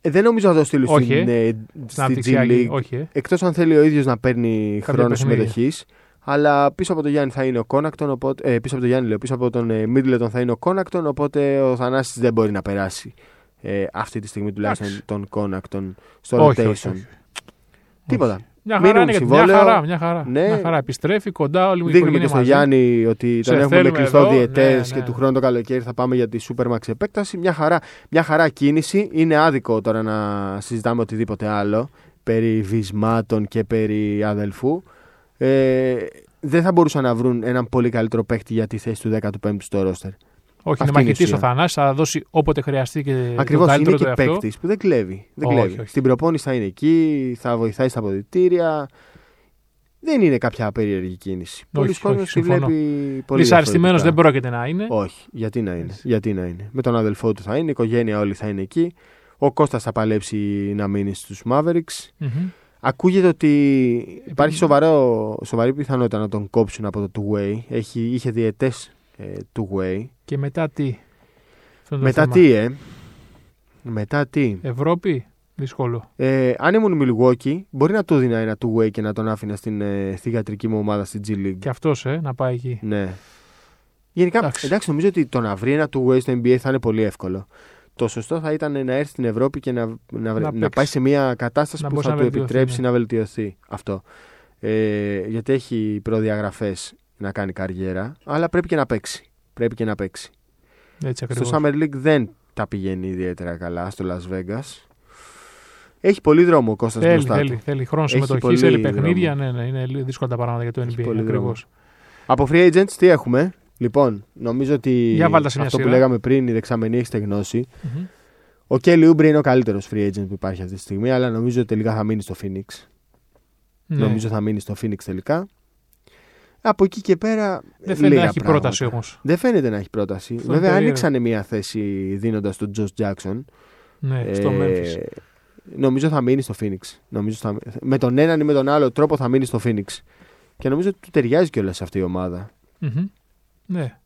Speaker 3: Ε, δεν νομίζω να το στείλουν
Speaker 2: Όχι,
Speaker 3: στην, ε,
Speaker 2: στην
Speaker 3: στη G
Speaker 2: αναπτυξιακή.
Speaker 3: League.
Speaker 2: Όχι. ε.
Speaker 3: Εκτός αν θέλει ο ίδιος να παίρνει
Speaker 2: Κάποια
Speaker 3: χρόνο
Speaker 2: παιχνίδια.
Speaker 3: συμμετοχής. Αλλά πίσω από τον Γιάννη θα είναι ο Κόνακτον. Οπότε, ε, πίσω από τον Γιάννη, λέω, πίσω από τον ε, Μίτλετον θα είναι ο Κόνακτον. Οπότε ο Θανάσης δεν μπορεί να περάσει ε, αυτή τη στιγμή τουλάχιστον
Speaker 2: Εντάξει.
Speaker 3: τον Κόνακτον στο
Speaker 2: Όχι,
Speaker 3: rotation.
Speaker 2: όχι, όχι.
Speaker 3: Τίποτα.
Speaker 2: Μια
Speaker 3: Μείνουμε
Speaker 2: χαρά, είναι, μια
Speaker 3: συμβόλαιο.
Speaker 2: χαρά, μια χαρά.
Speaker 3: Ναι.
Speaker 2: Μια χαρά. Επιστρέφει κοντά όλη μου η
Speaker 3: Δείχνουμε
Speaker 2: οικογένεια
Speaker 3: και στον
Speaker 2: μαζί.
Speaker 3: Γιάννη ότι
Speaker 2: Σε
Speaker 3: τον έχουμε με
Speaker 2: θέλουμε
Speaker 3: κλειστό
Speaker 2: εδώ.
Speaker 3: διαιτές
Speaker 2: Ναι,
Speaker 3: και
Speaker 2: ναι.
Speaker 3: του χρόνου το καλοκαίρι θα πάμε για τη Supermax επέκταση. Μια χαρά, μια χαρά κίνηση. Είναι άδικο τώρα να συζητάμε οτιδήποτε άλλο περί βυσμάτων και περί αδελφού. Ε, δεν θα μπορούσαν να βρουν έναν πολύ καλύτερο παίκτη για τη θέση του 15ου στο
Speaker 2: Ε,
Speaker 3: ρόστερ.
Speaker 2: Όχι,
Speaker 3: Αυτή
Speaker 2: είναι
Speaker 3: είναι η
Speaker 2: μαχητής ο
Speaker 3: ουσία.
Speaker 2: Θανάσης, θα δώσει όποτε χρειαστεί και
Speaker 3: Ακριβώ
Speaker 2: το
Speaker 3: είναι
Speaker 2: καλύτερο
Speaker 3: και
Speaker 2: του εαυτό.
Speaker 3: παίκτης που δεν κλέβει. Δεν
Speaker 2: Όχι,
Speaker 3: κλέβει.
Speaker 2: όχι.
Speaker 3: Στην προπόνηση θα είναι εκεί, θα βοηθάει στα αποδητήρια. δεν είναι κάποια περίεργη κίνηση. Πολλοί
Speaker 2: όχι,
Speaker 3: κόσμοι τη
Speaker 2: συμφωνώ.
Speaker 3: βλέπει πολύ.
Speaker 2: Δυσαρεστημένο δεν
Speaker 3: διαφορετικά.
Speaker 2: πρόκειται να είναι.
Speaker 3: Όχι, γιατί να είναι.
Speaker 2: Έτσι.
Speaker 3: Γιατί να είναι. Με τον αδελφό του θα είναι, η οικογένεια όλοι θα είναι εκεί. Ο Κώστας θα παλέψει να μείνει στους Mavericks.
Speaker 2: Μμμ.
Speaker 3: Ακούγεται ότι υπάρχει σοβαρό, σοβαρή πιθανότητα να τον κόψουν από το two-way. Έχει, είχε διαιτές ε, two-way.
Speaker 2: Και μετά τι. Αυτό είναι το
Speaker 3: Μετά
Speaker 2: θέμα.
Speaker 3: τι, ε. Μετά τι.
Speaker 2: Ευρώπη, δύσκολο.
Speaker 3: Ε, αν ήμουν Milwaukee, μπορεί να του δίνα ένα two-way και να τον άφηνα στην ε, θηγατρική μου ομάδα στην G League.
Speaker 2: Και αυτός, ε, να πάει εκεί.
Speaker 3: Ναι. Γενικά, εντάξει.
Speaker 2: Εντάξει.
Speaker 3: νομίζω ότι το να βρει ένα two-way στο NBA θα είναι πολύ εύκολο. Το σωστό θα ήταν να έρθει στην Ευρώπη και να, να, βρε-
Speaker 2: Να
Speaker 3: να
Speaker 2: παίξει.
Speaker 3: πάει σε μια κατάσταση
Speaker 2: Να
Speaker 3: που
Speaker 2: μπορεί
Speaker 3: θα
Speaker 2: να
Speaker 3: του
Speaker 2: βελτιωθεί,
Speaker 3: επιτρέψει
Speaker 2: ναι.
Speaker 3: να βελτιωθεί αυτό. Ε, γιατί έχει προδιαγραφές να κάνει καριέρα, αλλά πρέπει και να παίξει. Πρέπει και να παίξει.
Speaker 2: Έτσι ακριβώ.
Speaker 3: Στο Summer League δεν τα πηγαίνει ιδιαίτερα καλά στο Las Vegas. Έχει πολύ δρόμο ο Κώστας
Speaker 2: Θέλει,
Speaker 3: μπροστά του.
Speaker 2: θέλει, θέλει χρόνο
Speaker 3: Έχει
Speaker 2: συμμετοχής,
Speaker 3: πολύ
Speaker 2: θέλει
Speaker 3: δρόμο.
Speaker 2: παιχνίδια. Ναι, ναι, είναι λίγο δύσκολα τα πράγματα για το
Speaker 3: Έχει
Speaker 2: NBA.
Speaker 3: πολύ
Speaker 2: Ακριβώς.
Speaker 3: Από free agents τι έχουμε. Λοιπόν, νομίζω ότι
Speaker 2: Για βάλτε σε μια
Speaker 3: αυτό που
Speaker 2: σειρά.
Speaker 3: λέγαμε πριν, η δεξαμενή έχεις στεγνώσει. Ο Κέλλη Ούμπρε είναι ο καλύτερος free agent που υπάρχει αυτή τη στιγμή, αλλά νομίζω ότι τελικά θα μείνει στο Phoenix.
Speaker 2: Ναι.
Speaker 3: Νομίζω θα μείνει στο Phoenix τελικά. Από εκεί και πέρα.
Speaker 2: Δεν φαίνεται να
Speaker 3: λίγα
Speaker 2: έχει
Speaker 3: πράγματα.
Speaker 2: πρόταση όμως.
Speaker 3: Δεν φαίνεται να έχει
Speaker 2: Αυτό
Speaker 3: πρόταση.
Speaker 2: είναι
Speaker 3: Βέβαια,
Speaker 2: περίεργο.
Speaker 3: άνοιξαν μια θέση δίνοντας τον Τζο Jackson.
Speaker 2: Ναι, στο
Speaker 3: Ε,
Speaker 2: Memphis.
Speaker 3: Νομίζω θα μείνει στο Phoenix. Νομίζω θα... Με τον έναν ή με τον άλλο τρόπο θα μείνει στο Phoenix. Και νομίζω ότι του ταιριάζει κιόλας αυτή η ομάδα.
Speaker 2: Μμμ. Ναι.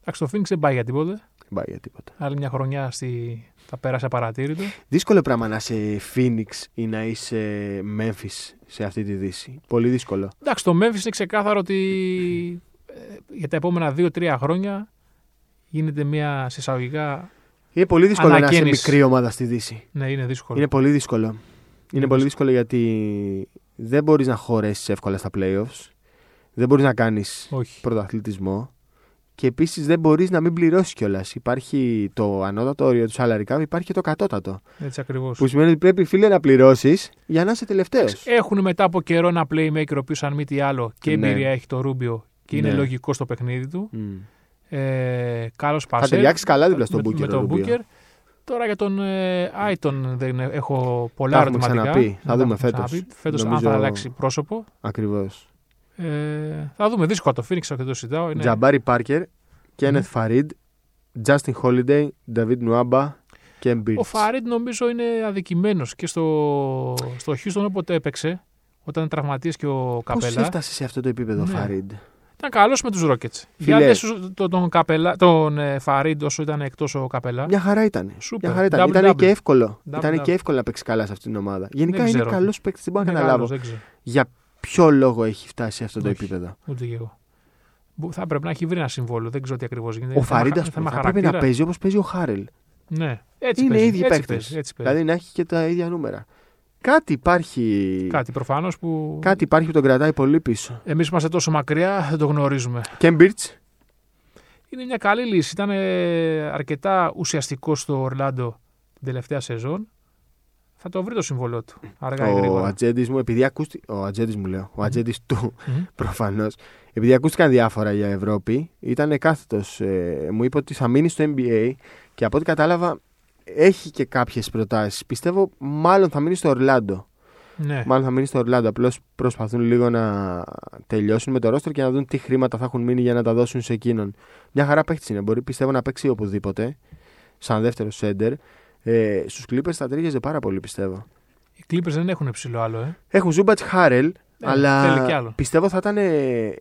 Speaker 2: Εντάξει, το Phoenix δεν πάει για τίποτα.
Speaker 3: Δεν πάει για τίποτα.
Speaker 2: Άλλη μια χρονιά στη... θα πέρασε απαρατήρητο.
Speaker 3: Δύσκολο πράγμα να είσαι Phoenix ή να είσαι Memphis σε αυτή τη Δύση. Πολύ δύσκολο.
Speaker 2: Εντάξει, το Memphis είναι ξεκάθαρο ότι ε, για τα επόμενα 2-3 χρόνια γίνεται μια συσσαγωγικά.
Speaker 3: Είναι πολύ δύσκολο να
Speaker 2: Ανακαίνιση.
Speaker 3: είσαι μικρή ομάδα στη Δύση.
Speaker 2: Ναι, είναι δύσκολο.
Speaker 3: Είναι πολύ δύσκολο. Είναι, πολύ δύσκολο γιατί δεν μπορείς να χωρέσεις εύκολα στα playoffs. Δεν μπορείς να κάνεις
Speaker 2: Όχι.
Speaker 3: πρωταθλητισμό. Και επίσης δεν μπορείς να μην πληρώσεις κιόλας. Υπάρχει το ανώτατο όριο του salary cap, υπάρχει και το κατώτατο.
Speaker 2: Έτσι ακριβώς.
Speaker 3: Που σημαίνει ότι πρέπει, φίλε, να πληρώσεις για να είσαι τελευταίος.
Speaker 2: Έχουν μετά από καιρό ένα playmaker ο οποίος, αν μη τι άλλο, και
Speaker 3: Ναι.
Speaker 2: εμπειρία έχει το Ρούμπιο και είναι
Speaker 3: Ναι.
Speaker 2: λογικό στο παιχνίδι του. Ε, Καλός
Speaker 3: Θα
Speaker 2: Πασέρ.
Speaker 3: ταιριάξεις καλά δίπλα στον
Speaker 2: με,
Speaker 3: Booker.
Speaker 2: με
Speaker 3: ο
Speaker 2: τον
Speaker 3: Ρουμπίο.
Speaker 2: Booker. Τώρα για τον ε, Άιτον δεν είναι- έχω πολλά
Speaker 3: Τα έχουμε
Speaker 2: ερωτηματικά.
Speaker 3: ξαναπεί.
Speaker 2: Ναι,
Speaker 3: Θα
Speaker 2: τα
Speaker 3: δούμε
Speaker 2: έχουμε
Speaker 3: φέτος.
Speaker 2: ξαναπεί. Φέτος αν
Speaker 3: Νομίζω-
Speaker 2: θα αλλάξει πρόσωπο.
Speaker 3: Ακριβώς.
Speaker 2: Ε, θα δούμε. Δύσκολα το Phoenix, αυτό το συζητάω. Είναι... Ναι.
Speaker 3: Τζαμπάρι Πάρκερ, Κένεθ Φαρίντ, Justin Holiday, David Νουάμπα και Embiid.
Speaker 2: Ο Φαρίτ νομίζω είναι αδικημένος και στο, στο Houston όποτε έπαιξε, όταν τραυματίες και ο
Speaker 3: Πώς
Speaker 2: Καπέλα.
Speaker 3: έφτασε σε αυτό το επίπεδο,
Speaker 2: Ναι.
Speaker 3: Φαρίντ.
Speaker 2: Ήταν καλός με τους Ρόκετ.
Speaker 3: Φιλές.
Speaker 2: Για δε σου- το- τον, καπελά, τον ε, Φαρίτ όσο ήταν εκτός ο Καπέλα.
Speaker 3: Μια χαρά ήταν.
Speaker 2: Σούπερ.
Speaker 3: Μια χαρά ήταν.
Speaker 2: Double-double.
Speaker 3: Ήταν και εύκολο.
Speaker 2: Double-double.
Speaker 3: Ήταν και εύκολο να παίξει καλά σε αυτήν την ομάδα. Γενικά
Speaker 2: Δεν
Speaker 3: είναι
Speaker 2: ξέρω.
Speaker 3: καλός παίκτης, δεν μπορώ να
Speaker 2: Είναι
Speaker 3: καταλάβω.
Speaker 2: καλός, δεν ξέρω.
Speaker 3: Για ποιο λόγο έχει φτάσει σε αυτό το
Speaker 2: Όχι.
Speaker 3: επίπεδο.
Speaker 2: Ούτε και εγώ. Μπο- Θα πρέπει να έχει βρει ένα συμβόλαιο. Δεν ξέρω τι ακριβώς γίνεται.
Speaker 3: Ο
Speaker 2: Είναι θέμα-
Speaker 3: Φαρίτ, α
Speaker 2: θέμα
Speaker 3: πούμε, θα πρέπει να
Speaker 2: χαρακτήρα.
Speaker 3: παίζει όπως παίζει ο Χάρελ.
Speaker 2: Ναι. Έτσι
Speaker 3: Είναι
Speaker 2: παίζει,
Speaker 3: ίδιοι
Speaker 2: έτσι
Speaker 3: παίκτες.
Speaker 2: παίζει, έτσι παίζει.
Speaker 3: Δηλαδή να έχει και τα ίδια νούμερα. Κάτι υπάρχει.
Speaker 2: Κάτι προφανώς που.
Speaker 3: Κάτι υπάρχει που τον κρατάει πολύ πίσω.
Speaker 2: Εμείς είμαστε τόσο μακριά, δεν το γνωρίζουμε.
Speaker 3: Κέμπιρτ.
Speaker 2: Είναι μια καλή λύση. Ήταν ε, αρκετά ουσιαστικό στο Ορλάντο την τελευταία σεζόν. Θα το βρει το συμβόλαιο του. Αργά ή
Speaker 3: Ο
Speaker 2: γρήγορα.
Speaker 3: ατζέντης μου, επειδή ακούστηκε. Ο ατζέντης μου λέω. Ο ατζέντης του
Speaker 2: Μμμ.
Speaker 3: προφανώς. Επειδή ακούστηκαν διάφορα για Ευρώπη, ήταν κάθετο. μου είπε ότι θα μείνει στο NBA και από ό,τι κατάλαβα έχει και κάποιες προτάσεις. Πιστεύω μάλλον θα μείνει στο Ορλάντο.
Speaker 2: Ναι.
Speaker 3: Μάλλον θα μείνει στο Ορλάντο. Απλώς προσπαθούν λίγο να τελειώσουν με το ρόστρο και να δουν τι χρήματα θα έχουν μείνει για να τα δώσουν σε εκείνον. Μια χαρά παίχτη είναι. Μπορεί πιστεύω να παίξει οπουδήποτε. Σαν δεύτερο σέντερ. Ε, Στους Clippers θα τρίγεζε πάρα πολύ πιστεύω.
Speaker 2: Οι Clippers δεν έχουν ψηλό άλλο, ε.
Speaker 3: Έχουν Ζούμπατ Χάρελ,
Speaker 2: Ναι, θέλει κι
Speaker 3: αλλά
Speaker 2: άλλο.
Speaker 3: πιστεύω θα ήταν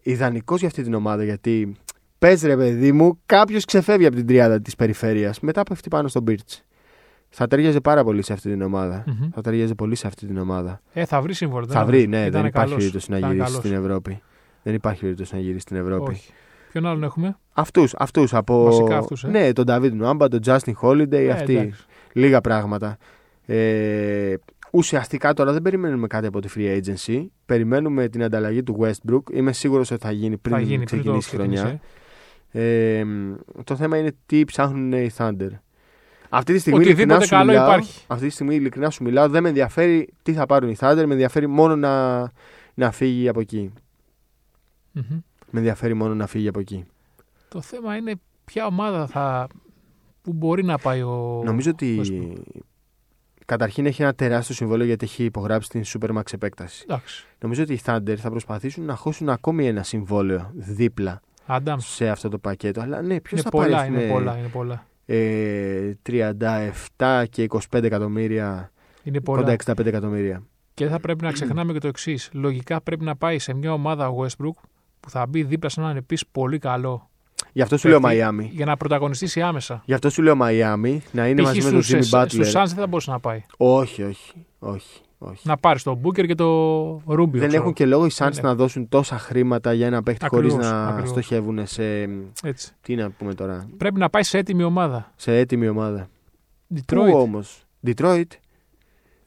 Speaker 3: ιδανικός για αυτή την ομάδα. Γιατί πες ρε, παιδί μου, κάποιος ξεφεύγει από την τριάδα της περιφέρειας. Μετά πέφτει πάνω στον Μπίρτ. Θα ταιριάζει πάρα πολύ σε αυτή την ομάδα.
Speaker 2: Μμμ.
Speaker 3: Θα ταιριάζει πολύ σε αυτή την ομάδα.
Speaker 2: Ε, θα βρει σύμβολο.
Speaker 3: θα βρει, ναι, δεν υπάρχει
Speaker 2: καλός.
Speaker 3: περίπτωση να
Speaker 2: Ήταν
Speaker 3: γυρίσει
Speaker 2: καλός.
Speaker 3: στην Ευρώπη. Δεν υπάρχει περίπτωση να γυρίσει στην Ευρώπη.
Speaker 2: Όχι. Ποιον άλλον έχουμε.
Speaker 3: Αυτούς, αυτούς από.
Speaker 2: Βασικά αυτούς, ε.
Speaker 3: Ναι, τον Νταβίτ Νουάμπα, τον Justin Holiday,
Speaker 2: Ε,
Speaker 3: αυτοί.
Speaker 2: εντάξει.
Speaker 3: Λίγα πράγματα. Ε, ουσιαστικά τώρα δεν περιμένουμε κάτι από τη free agency. Περιμένουμε την ανταλλαγή του Westbrook. Είμαι σίγουρος ότι θα γίνει πριν
Speaker 2: θα γίνει πριν το
Speaker 3: ξεκινήσει η χρονιά.
Speaker 2: ξεκινήσει.
Speaker 3: Ε, μ, το θέμα είναι τι ψάχνουν οι Thunder. Αυτή τη στιγμή,
Speaker 2: Οτιδήποτε
Speaker 3: ειλικρινά σου,
Speaker 2: καλό
Speaker 3: μιλάω,
Speaker 2: υπάρχει.
Speaker 3: αυτή τη στιγμή ειλικρινά σου μιλάω, δεν με ενδιαφέρει τι θα πάρουν οι Thunder, με ενδιαφέρει μόνο να, να φύγει από εκεί.
Speaker 2: Μμμ.
Speaker 3: Με ενδιαφέρει μόνο να φύγει από εκεί.
Speaker 2: ε. Το θέμα είναι ποια ομάδα θα. που μπορεί να πάει ο.
Speaker 3: Νομίζω ότι
Speaker 2: Westbrook.
Speaker 3: καταρχήν έχει ένα τεράστιο συμβόλαιο γιατί έχει υπογράψει την Supermax επέκταση.
Speaker 2: Εντάξει.
Speaker 3: Νομίζω ότι οι Thunder θα προσπαθήσουν να χώσουν ακόμη ένα συμβόλαιο δίπλα
Speaker 2: Άνταμ.
Speaker 3: σε αυτό το πακέτο. Αλλά ναι, ποιος
Speaker 2: Είναι
Speaker 3: θα
Speaker 2: πολλά,
Speaker 3: πάρει
Speaker 2: είναι
Speaker 3: ναι,
Speaker 2: πολλά, είναι πολλά.
Speaker 3: ε, 37 και 25 εκατομμύρια,
Speaker 2: Είναι
Speaker 3: κοντά
Speaker 2: πολλά.
Speaker 3: 65 εκατομμύρια.
Speaker 2: Και δεν θα πρέπει να ξεχνάμε και το εξής. Λογικά πρέπει να πάει σε μια ομάδα ο Westbrook που θα μπει δίπλα σε έναν επίσης πολύ καλό.
Speaker 3: Γι' αυτό σου λέω
Speaker 2: παίκτη
Speaker 3: Μαϊάμι.
Speaker 2: Για να πρωταγωνιστήσει άμεσα.
Speaker 3: Γι' αυτό σου λέω Μαϊάμι, να είναι μαζί με τον Jimmy
Speaker 2: Στους
Speaker 3: Butler.
Speaker 2: Suns δεν θα μπορούσε να πάει.
Speaker 3: Όχι, όχι, όχι. όχι.
Speaker 2: Να πάρει τον Booker και τον Rubio.
Speaker 3: Δεν
Speaker 2: ξέρω.
Speaker 3: έχουν και λόγο οι
Speaker 2: Δεν
Speaker 3: Suns να δώσουν τόσα χρήματα για ένα παίχτη χωρίς
Speaker 2: Ακριβώς,
Speaker 3: να
Speaker 2: ακριβώς.
Speaker 3: στοχεύουν σε.
Speaker 2: Έτσι.
Speaker 3: Τι να πούμε τώρα,
Speaker 2: Πρέπει να πάει σε έτοιμη ομάδα.
Speaker 3: σε έτοιμη ομάδα.
Speaker 2: Detroit.
Speaker 3: Πού όμως, Detroit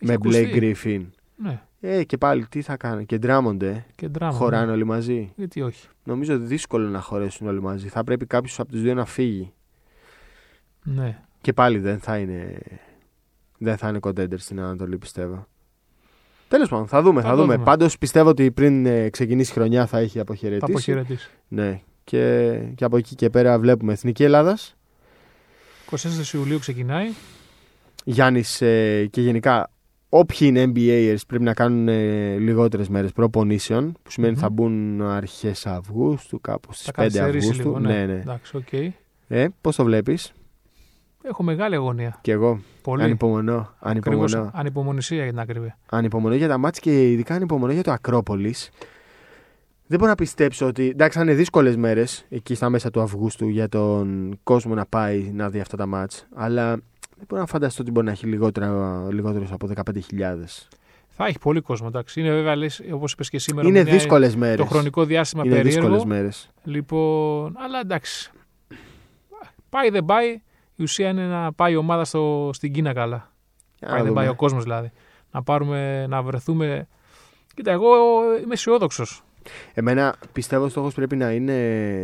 Speaker 3: με
Speaker 2: ακουστεί.
Speaker 3: Blake Griffin.
Speaker 2: Ναι,
Speaker 3: Ε, και πάλι τι θα κάνουν. Και ντράμονται.
Speaker 2: και δράμα.
Speaker 3: Χωράνε όλοι μαζί.
Speaker 2: Γιατί όχι.
Speaker 3: Νομίζω δύσκολο να χωρέσουν όλοι μαζί. Θα πρέπει κάποιος από τους δύο να φύγει.
Speaker 2: Ναι.
Speaker 3: Και πάλι δεν θα είναι. Δεν θα είναι contender στην Ανατολή, πιστεύω. Τέλος πάντων, θα δούμε.
Speaker 2: Θα
Speaker 3: Θα,
Speaker 2: το
Speaker 3: δούμε.
Speaker 2: δούμε.
Speaker 3: Πάντως πιστεύω ότι πριν ε, ξεκινήσει η χρονιά θα έχει
Speaker 2: Θα
Speaker 3: αποχαιρετήσει.
Speaker 2: αποχαιρετήσει.
Speaker 3: Ναι. Και, και από εκεί και πέρα βλέπουμε Εθνική Ελλάδας.
Speaker 2: 24 Ιουλίου ξεκινάει.
Speaker 3: Γιάννης ε, και γενικά όποιοι είναι NBAers πρέπει να κάνουν ε, λιγότερες μέρες προπονήσεων. Που σημαίνει
Speaker 2: Μμμ.
Speaker 3: θα μπουν αρχές Αυγούστου, κάπου στις
Speaker 2: Θα
Speaker 3: 5
Speaker 2: καθυστερήσει
Speaker 3: Αυγούστου.
Speaker 2: λίγο. Ναι.
Speaker 3: ναι.
Speaker 2: Εντάξει, οκ.
Speaker 3: Ε, Πώς το βλέπεις,
Speaker 2: Έχω μεγάλη αγωνία.
Speaker 3: Κι εγώ.
Speaker 2: Πολύ.
Speaker 3: Ανυπομονώ.
Speaker 2: Ακριβώς,
Speaker 3: Ανυπομονώ.
Speaker 2: ανυπομονησία για την ακρίβεια.
Speaker 3: Ανυπομονώ για τα μάτς και ειδικά ανυπομονώ για το Ακρόπολης. Δεν μπορώ να πιστέψω ότι. Εντάξει, θα είναι δύσκολες μέρες εκεί στα μέσα του Αυγούστου για τον κόσμο να πάει να δει αυτά τα μάτς Αλλά δεν μπορώ να φανταστώ ότι μπορεί να έχει λιγότερους από 15.000.
Speaker 2: Θα έχει πολύ κόσμο, εντάξει. Είναι βέβαια, όπως είπες και σήμερα,
Speaker 3: Είναι
Speaker 2: μια-
Speaker 3: δύσκολες μέρες.
Speaker 2: το χρονικό διάστημα
Speaker 3: Είναι δύσκολε
Speaker 2: περίεργο.
Speaker 3: μέρες.
Speaker 2: Λοιπόν, αλλά εντάξει. Πάει δεν πάει. Η ουσία είναι να πάει η ομάδα στο, στην Κίνα καλά. πάει δεν πάει ο κόσμος δηλαδή. Να, πάρουμε, να βρεθούμε. Κοίτα, εγώ είμαι αισιόδοξος.
Speaker 3: Εμένα πιστεύω στόχος πρέπει να είναι.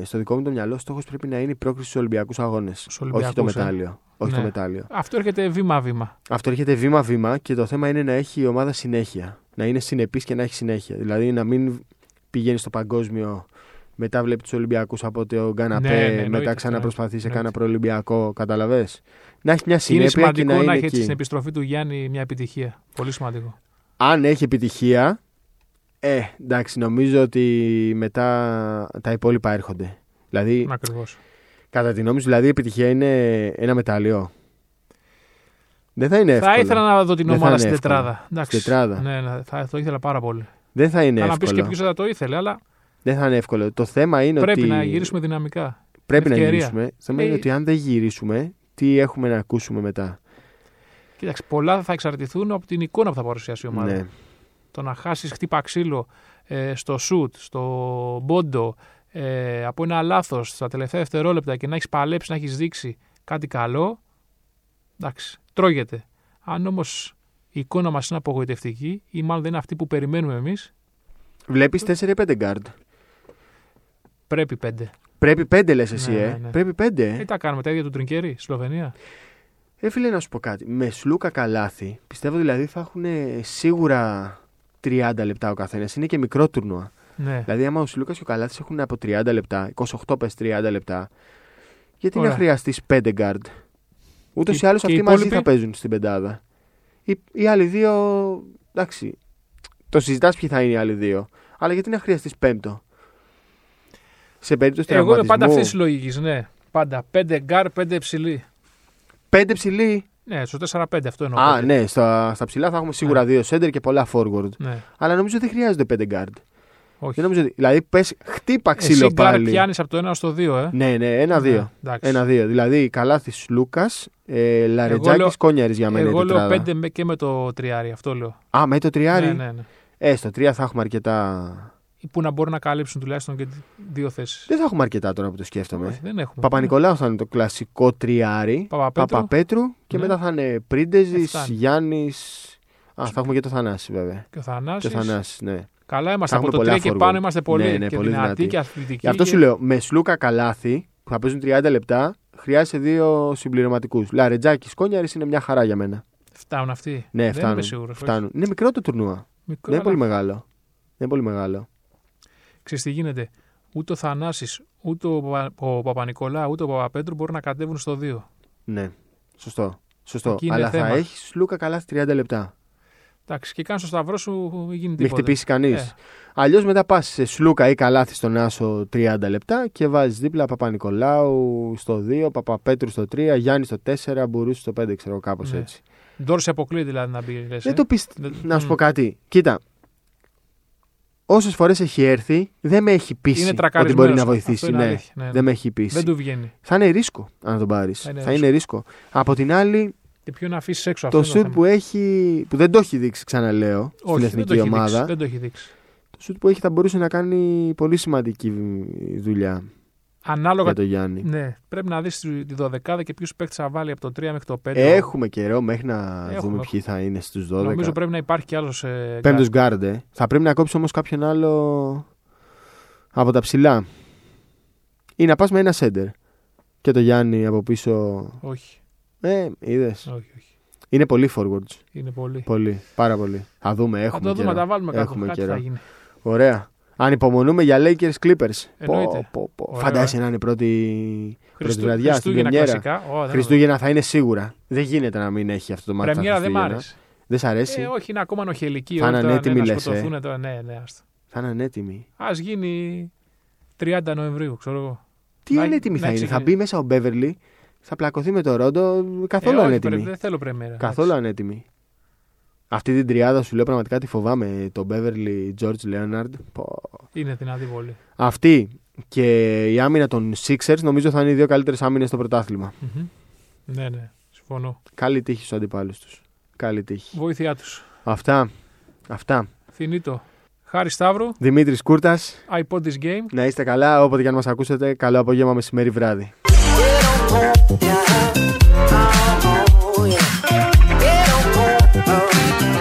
Speaker 3: Στο δικό μου το μυαλό, στόχος πρέπει να είναι η πρόκριση στους Ολυμπιακούς Αγώνες.
Speaker 2: Στους
Speaker 3: Όχι το
Speaker 2: Ολυμπιακούς, ε.
Speaker 3: μετάλλιο. Όχι
Speaker 2: Ναι.
Speaker 3: το μετάλλιο.
Speaker 2: Αυτό έρχεται βήμα-βήμα.
Speaker 3: Αυτό έρχεται βήμα-βήμα και το θέμα είναι να έχει η ομάδα συνέχεια. Να είναι συνεπής και να έχει συνέχεια. Δηλαδή να μην πηγαίνει στο παγκόσμιο, μετά βλέπει τους Ολυμπιακούς από το καναπέ,
Speaker 2: Ναι, ναι, εννοείται αυτό,
Speaker 3: μετά ξαναπροσπαθείς σε
Speaker 2: εννοείται.
Speaker 3: κάνα προολυμπιακό. Καταλαβέ. Να έχει μια
Speaker 2: Και είναι
Speaker 3: συνέπεια και
Speaker 2: σημαντικό
Speaker 3: να
Speaker 2: να,
Speaker 3: είναι
Speaker 2: έχει έτσι,
Speaker 3: εκεί.
Speaker 2: στην επιστροφή του Γιάννη μια επιτυχία. Πολύ σημαντικό.
Speaker 3: Αν έχει επιτυχία, ε, εντάξει, νομίζω ότι μετά τα υπόλοιπα έρχονται. Δηλαδή,
Speaker 2: Ακριβώς.
Speaker 3: κατά τη γνώμη σου, δηλαδή, η επιτυχία είναι ένα μετάλλιο. Δεν θα είναι εύκολο.
Speaker 2: Θα ήθελα να δω την
Speaker 3: Δεν θα
Speaker 2: ομάδα
Speaker 3: είναι
Speaker 2: στην
Speaker 3: εύκολο.
Speaker 2: τετράδα. Εντάξει.
Speaker 3: τετράδα.
Speaker 2: Ναι, ναι, θα, το ήθελα πάρα πολύ.
Speaker 3: Δεν θα είναι
Speaker 2: Αλλά να πεις και
Speaker 3: εύκολο.
Speaker 2: ποιος θα το ήθελε, αλλά
Speaker 3: Δεν θα είναι εύκολο. Το θέμα είναι
Speaker 2: πρέπει
Speaker 3: ότι.
Speaker 2: να γυρίσουμε δυναμικά.
Speaker 3: Πρέπει να
Speaker 2: ευκαιρία.
Speaker 3: γυρίσουμε. Το θέμα
Speaker 2: Ε,
Speaker 3: είναι ότι αν δεν γυρίσουμε, τι έχουμε να ακούσουμε μετά.
Speaker 2: Κοίταξε, πολλά θα εξαρτηθούν από την εικόνα που θα παρουσιάσει η ομάδα.
Speaker 3: Ναι.
Speaker 2: Το να χάσεις χτύπα ξύλο ε, στο σουτ, στο μπόντο, ε, από ένα λάθος στα τελευταία δευτερόλεπτα και να έχεις παλέψει, να έχεις δείξει κάτι καλό. Εντάξει, τρώγεται. Αν όμως η εικόνα μας είναι απογοητευτική ή μάλλον δεν είναι αυτή που περιμένουμε εμείς,
Speaker 3: Βλέπεις 4-5 guard.
Speaker 2: πρέπει πέντε.
Speaker 3: Πρέπει 5 λε εσύ,
Speaker 2: Ναι,
Speaker 3: ε.
Speaker 2: ναι, ναι.
Speaker 3: Πρέπει 5.
Speaker 2: Τι
Speaker 3: Ε.
Speaker 2: τα κάνουμε, τα ίδια του Τρινκέρι, Σλοβενία.
Speaker 3: ε, φίλε, να σου πω κάτι. Με σλούκα καλάθι, πιστεύω δηλαδή θα έχουν ε, σίγουρα 30 λεπτά ο καθένας. Είναι και μικρό τουρνουά.
Speaker 2: Ναι.
Speaker 3: Δηλαδή, άμα ο Σλούκας και ο Καλάθης έχουν από 30 λεπτά, 28 πε 30 λεπτά, γιατί
Speaker 2: Ωραία.
Speaker 3: να χρειαστεί 5 guard. Ούτως
Speaker 2: Και-
Speaker 3: ή άλλως
Speaker 2: και οι
Speaker 3: αυτοί μαζί
Speaker 2: υπόλοιποι?
Speaker 3: θα παίζουν στην πεντάδα. Οι, οι άλλοι δύο. Εντάξει. Το συζητάς ποιοι θα είναι οι άλλοι δύο. Αλλά γιατί να χρειαστείς πέμπτο. Σε περίπτωση
Speaker 2: Ε, Εγώ είμαι πάντα αυτής της
Speaker 3: τραυματισμού.
Speaker 2: λογικής, ναι. Πάντα. Πέντε γκάρ, πέντε ψηλή.
Speaker 3: Πέντε ψηλοί.
Speaker 2: Ναι, στο 4-5 αυτό εννοώ.
Speaker 3: Α,
Speaker 2: πέντε.
Speaker 3: ναι, στα, στα ψηλά θα έχουμε σίγουρα
Speaker 2: Ναι.
Speaker 3: δύο center και πολλά forward.
Speaker 2: Ναι,
Speaker 3: Αλλά νομίζω δεν χρειάζονται πέντε guard.
Speaker 2: όχι.
Speaker 3: Δεν νομίζω, ότι- δηλαδή, πες χτύπα
Speaker 2: Ε, Εσύ
Speaker 3: ξύλο
Speaker 2: γκάρ
Speaker 3: πάλι.
Speaker 2: πιάνεις από το 1 στο 2, ε.
Speaker 3: Ναι, ναι, ένα-δύο.
Speaker 2: Ναι, εντάξει.
Speaker 3: Ένα-δύο. Δηλαδή καλάθι Λούκας, ε, Λαρετζάκης,
Speaker 2: λέω-
Speaker 3: Κόνιαρης για μένα.
Speaker 2: Εγώ
Speaker 3: είναι
Speaker 2: λέω
Speaker 3: τετράδα.
Speaker 2: 5 με και με το τριάρι, αυτό λέω.
Speaker 3: Α, με το τριάρι.
Speaker 2: Ναι, ναι, ναι.
Speaker 3: Ε, στο τρία θα έχουμε αρκετά.
Speaker 2: Ή Που να μπορούν να καλύψουν τουλάχιστον και δύο θέσεις.
Speaker 3: Δεν θα έχουμε αρκετά τώρα που το σκέφτομαι.
Speaker 2: Δεν έχουμε.
Speaker 3: Παπα-Νικολάου θα είναι το κλασικό τριάρι.
Speaker 2: Παπαπέτρου.
Speaker 3: Παπαπέτρου και
Speaker 2: Ναι.
Speaker 3: μετά θα είναι
Speaker 2: Ε,
Speaker 3: Πρίντεζη,
Speaker 2: φτάνει.
Speaker 3: Γιάννης. Α, θα έχουμε και το Θανάση βέβαια.
Speaker 2: Και ο
Speaker 3: Και ο
Speaker 2: Θανάσης.
Speaker 3: Θανάση, ναι.
Speaker 2: Καλά είμαστε
Speaker 3: Θα
Speaker 2: από το
Speaker 3: έχουμε
Speaker 2: 3 και
Speaker 3: πολλά forward.
Speaker 2: πάνω είμαστε πολύ.
Speaker 3: Ναι, ναι,
Speaker 2: και
Speaker 3: πολύ
Speaker 2: δυνατοί
Speaker 3: δυνατοί.
Speaker 2: και αθλητικοί.
Speaker 3: Γι' αυτό
Speaker 2: και-
Speaker 3: σου λέω, με Σλούκα Καλάθι, που θα παίζουν 30 λεπτά, χρειάζεσαι δύο συμπληρωματικούς. Λαρετζάκης, Κόνιαρης είναι μια χαρά για μένα.
Speaker 2: Φτάνουν αυτοί.
Speaker 3: Ναι,
Speaker 2: Δεν είμαι
Speaker 3: φτάνουν.
Speaker 2: σίγουρος.
Speaker 3: φτάνουν. Είναι μικρό το τουρνουά. Δεν είναι πολύ μεγάλο. Δεν είναι πολύ μεγάλο.
Speaker 2: Ξέρεις τι γίνεται. Ούτε ο Θανάσης, ούτε ο, Παπα- ο Παπα-Νικολά, ούτε ο Παπαπέτρου μπορούν να κατέβουν στο 2.
Speaker 3: Ναι. Σωστό. Σωστό.
Speaker 2: Εκεί είναι
Speaker 3: Αλλά
Speaker 2: θέμα.
Speaker 3: θα έχεις Λούκα καλά 30 λεπτά.
Speaker 2: Εντάξει, και κάνει στο σταυρό σου, μην γίνει
Speaker 3: Μην
Speaker 2: τίποτα.
Speaker 3: χτυπήσει κανείς.
Speaker 2: Ε.
Speaker 3: Αλλιώς μετά πας σε Σλούκα ή καλάθι στον Άσο 30 λεπτά και βάζεις δίπλα Παπα-Νικολάου στο 2, Παπαπέτρου στο 3, Γιάννη στο 4, Μπουρούση στο 5, ξέρω κάπως
Speaker 2: Ναι.
Speaker 3: έτσι.
Speaker 2: Ντόρση αποκλείεται δηλαδή να μπεις. Λες,
Speaker 3: Δεν
Speaker 2: ε.
Speaker 3: το πιστε...
Speaker 2: Δεν-
Speaker 3: Να σου
Speaker 2: Μμ.
Speaker 3: πω κάτι. Κοίτα. Όσες φορές έχει έρθει, δεν με έχει πείσει
Speaker 2: Είναι
Speaker 3: ότι μπορεί
Speaker 2: τρακαρισμένος.
Speaker 3: να
Speaker 2: Αυτό
Speaker 3: βοηθήσει.
Speaker 2: είναι
Speaker 3: Ναι.
Speaker 2: αλήθεια. Ναι, ναι.
Speaker 3: Δεν με έχει πείσει.
Speaker 2: Δεν του βγαίνει.
Speaker 3: Θα είναι ρίσκο αν τον πάρεις.
Speaker 2: Θα είναι
Speaker 3: Θα είναι ρίσκο. Από την άλλη,
Speaker 2: Και ποιο να αφήσει έξω αυτό.
Speaker 3: το
Speaker 2: είναι
Speaker 3: σουτ
Speaker 2: θέμα.
Speaker 3: που έχει. που δεν το έχει δείξει, ξαναλέω, στην
Speaker 2: Όχι, δεν το
Speaker 3: εθνική
Speaker 2: έχει δείξει.
Speaker 3: ομάδα.
Speaker 2: Δεν το έχει δείξει.
Speaker 3: Το σουτ που έχει θα μπορούσε να κάνει πολύ σημαντική δουλειά
Speaker 2: Ανάλογα.
Speaker 3: για τον Γιάννη.
Speaker 2: Ναι, πρέπει να δεις τη 12 και ποιους παίκτες θα βάλει από το 3 μέχρι Ναι, το 5.
Speaker 3: Έχουμε καιρό μέχρι να
Speaker 2: Έχουμε,
Speaker 3: δούμε
Speaker 2: έχουμε.
Speaker 3: ποιοι θα είναι στους 12.
Speaker 2: Νομίζω πρέπει να υπάρχει κι άλλος. Ε,
Speaker 3: Πέμπτος γκάρντ. ε. Θα πρέπει να κόψει όμως κάποιον άλλο από τα ψηλά. Ή να πας με ένα σέντερ. Και το Γιάννη από πίσω.
Speaker 2: κα- Όχι,
Speaker 3: Ε, είδες.
Speaker 2: όχι, όχι.
Speaker 3: Είναι πολύ forwards.
Speaker 2: Είναι πολύ.
Speaker 3: Πολύ. Πάρα πολύ. Θα δούμε.
Speaker 2: Θα
Speaker 3: Έχουμε
Speaker 2: το δούμε,
Speaker 3: καιρό.
Speaker 2: τα βάλουμε κάπου.
Speaker 3: Έχουμε
Speaker 2: Κάτι
Speaker 3: καιρό.
Speaker 2: θα γίνει.
Speaker 3: Ωραία. Αν υπομονούμε για Lakers Clippers.
Speaker 2: Εννοείται.
Speaker 3: Πω, πω, πω.
Speaker 2: Ωραίο,
Speaker 3: Φαντάζεσαι να είναι η πρώτη, πρώτη βραδιά στην
Speaker 2: Χριστούγεννα
Speaker 3: Πρεμιέρα.
Speaker 2: κλασικά. Ω, δεν
Speaker 3: Χριστούγεννα θα είναι σίγουρα. Δεν γίνεται να μην έχει αυτό το
Speaker 2: μου-
Speaker 3: μάτι.
Speaker 2: Πρεμιέρα δεν μ' άρεσε.
Speaker 3: Δεν σ' αρέσει.
Speaker 2: Ε, όχι, είναι ακόμα νοχελική.
Speaker 3: Θα
Speaker 2: όλοι
Speaker 3: είναι
Speaker 2: τώρα,
Speaker 3: ανέτοιμοι,
Speaker 2: ναι, να
Speaker 3: λες, ε.
Speaker 2: σκοτωθούν τώρα. Ναι, ναι, άστα.
Speaker 3: Θα είναι ανέτοιμη.
Speaker 2: Ας γίνει 30 Νοεμβρίου, ξέρω εγώ.
Speaker 3: Τι
Speaker 2: Να-
Speaker 3: ανέτοιμη
Speaker 2: να
Speaker 3: θα είναι. Θα
Speaker 2: ξεκινήσει.
Speaker 3: μπει μέσα ο Μπέβερλι, θα πλακωθεί με το Ρόντο.
Speaker 2: Ε,
Speaker 3: Καθόλου
Speaker 2: όχι,
Speaker 3: ανέτοιμη.
Speaker 2: πρέπει, δεν θέλω πρεμιέρα.
Speaker 3: Καθόλου ανέτοιμη. Αυτή την τριάδα σου λέω πραγματικά τη φοβάμαι. Το Beverly, George Leonard. Πω.
Speaker 2: εντάξει. Είναι δυνατή πολύ.
Speaker 3: Αυτή και η άμυνα των Sixers νομίζω θα είναι οι δύο καλύτερες άμυνες στο πρωτάθλημα.
Speaker 2: Μμμ. Ναι, ναι, συμφωνώ.
Speaker 3: Καλή τύχη στους αντιπάλους τους. Καλή τύχη.
Speaker 2: Βοήθειά τους.
Speaker 3: Αυτά. Αυτά.
Speaker 2: Θηνίτο. Χάρη Σταύρου,
Speaker 3: Δημήτρης Κούρτας,
Speaker 2: iPod this game.
Speaker 3: να είστε καλά. Όποτε και αν μας ακούσετε, καλό απόγευμα, μεσημέρι, βράδυ.
Speaker 1: Get on home, uh, uh.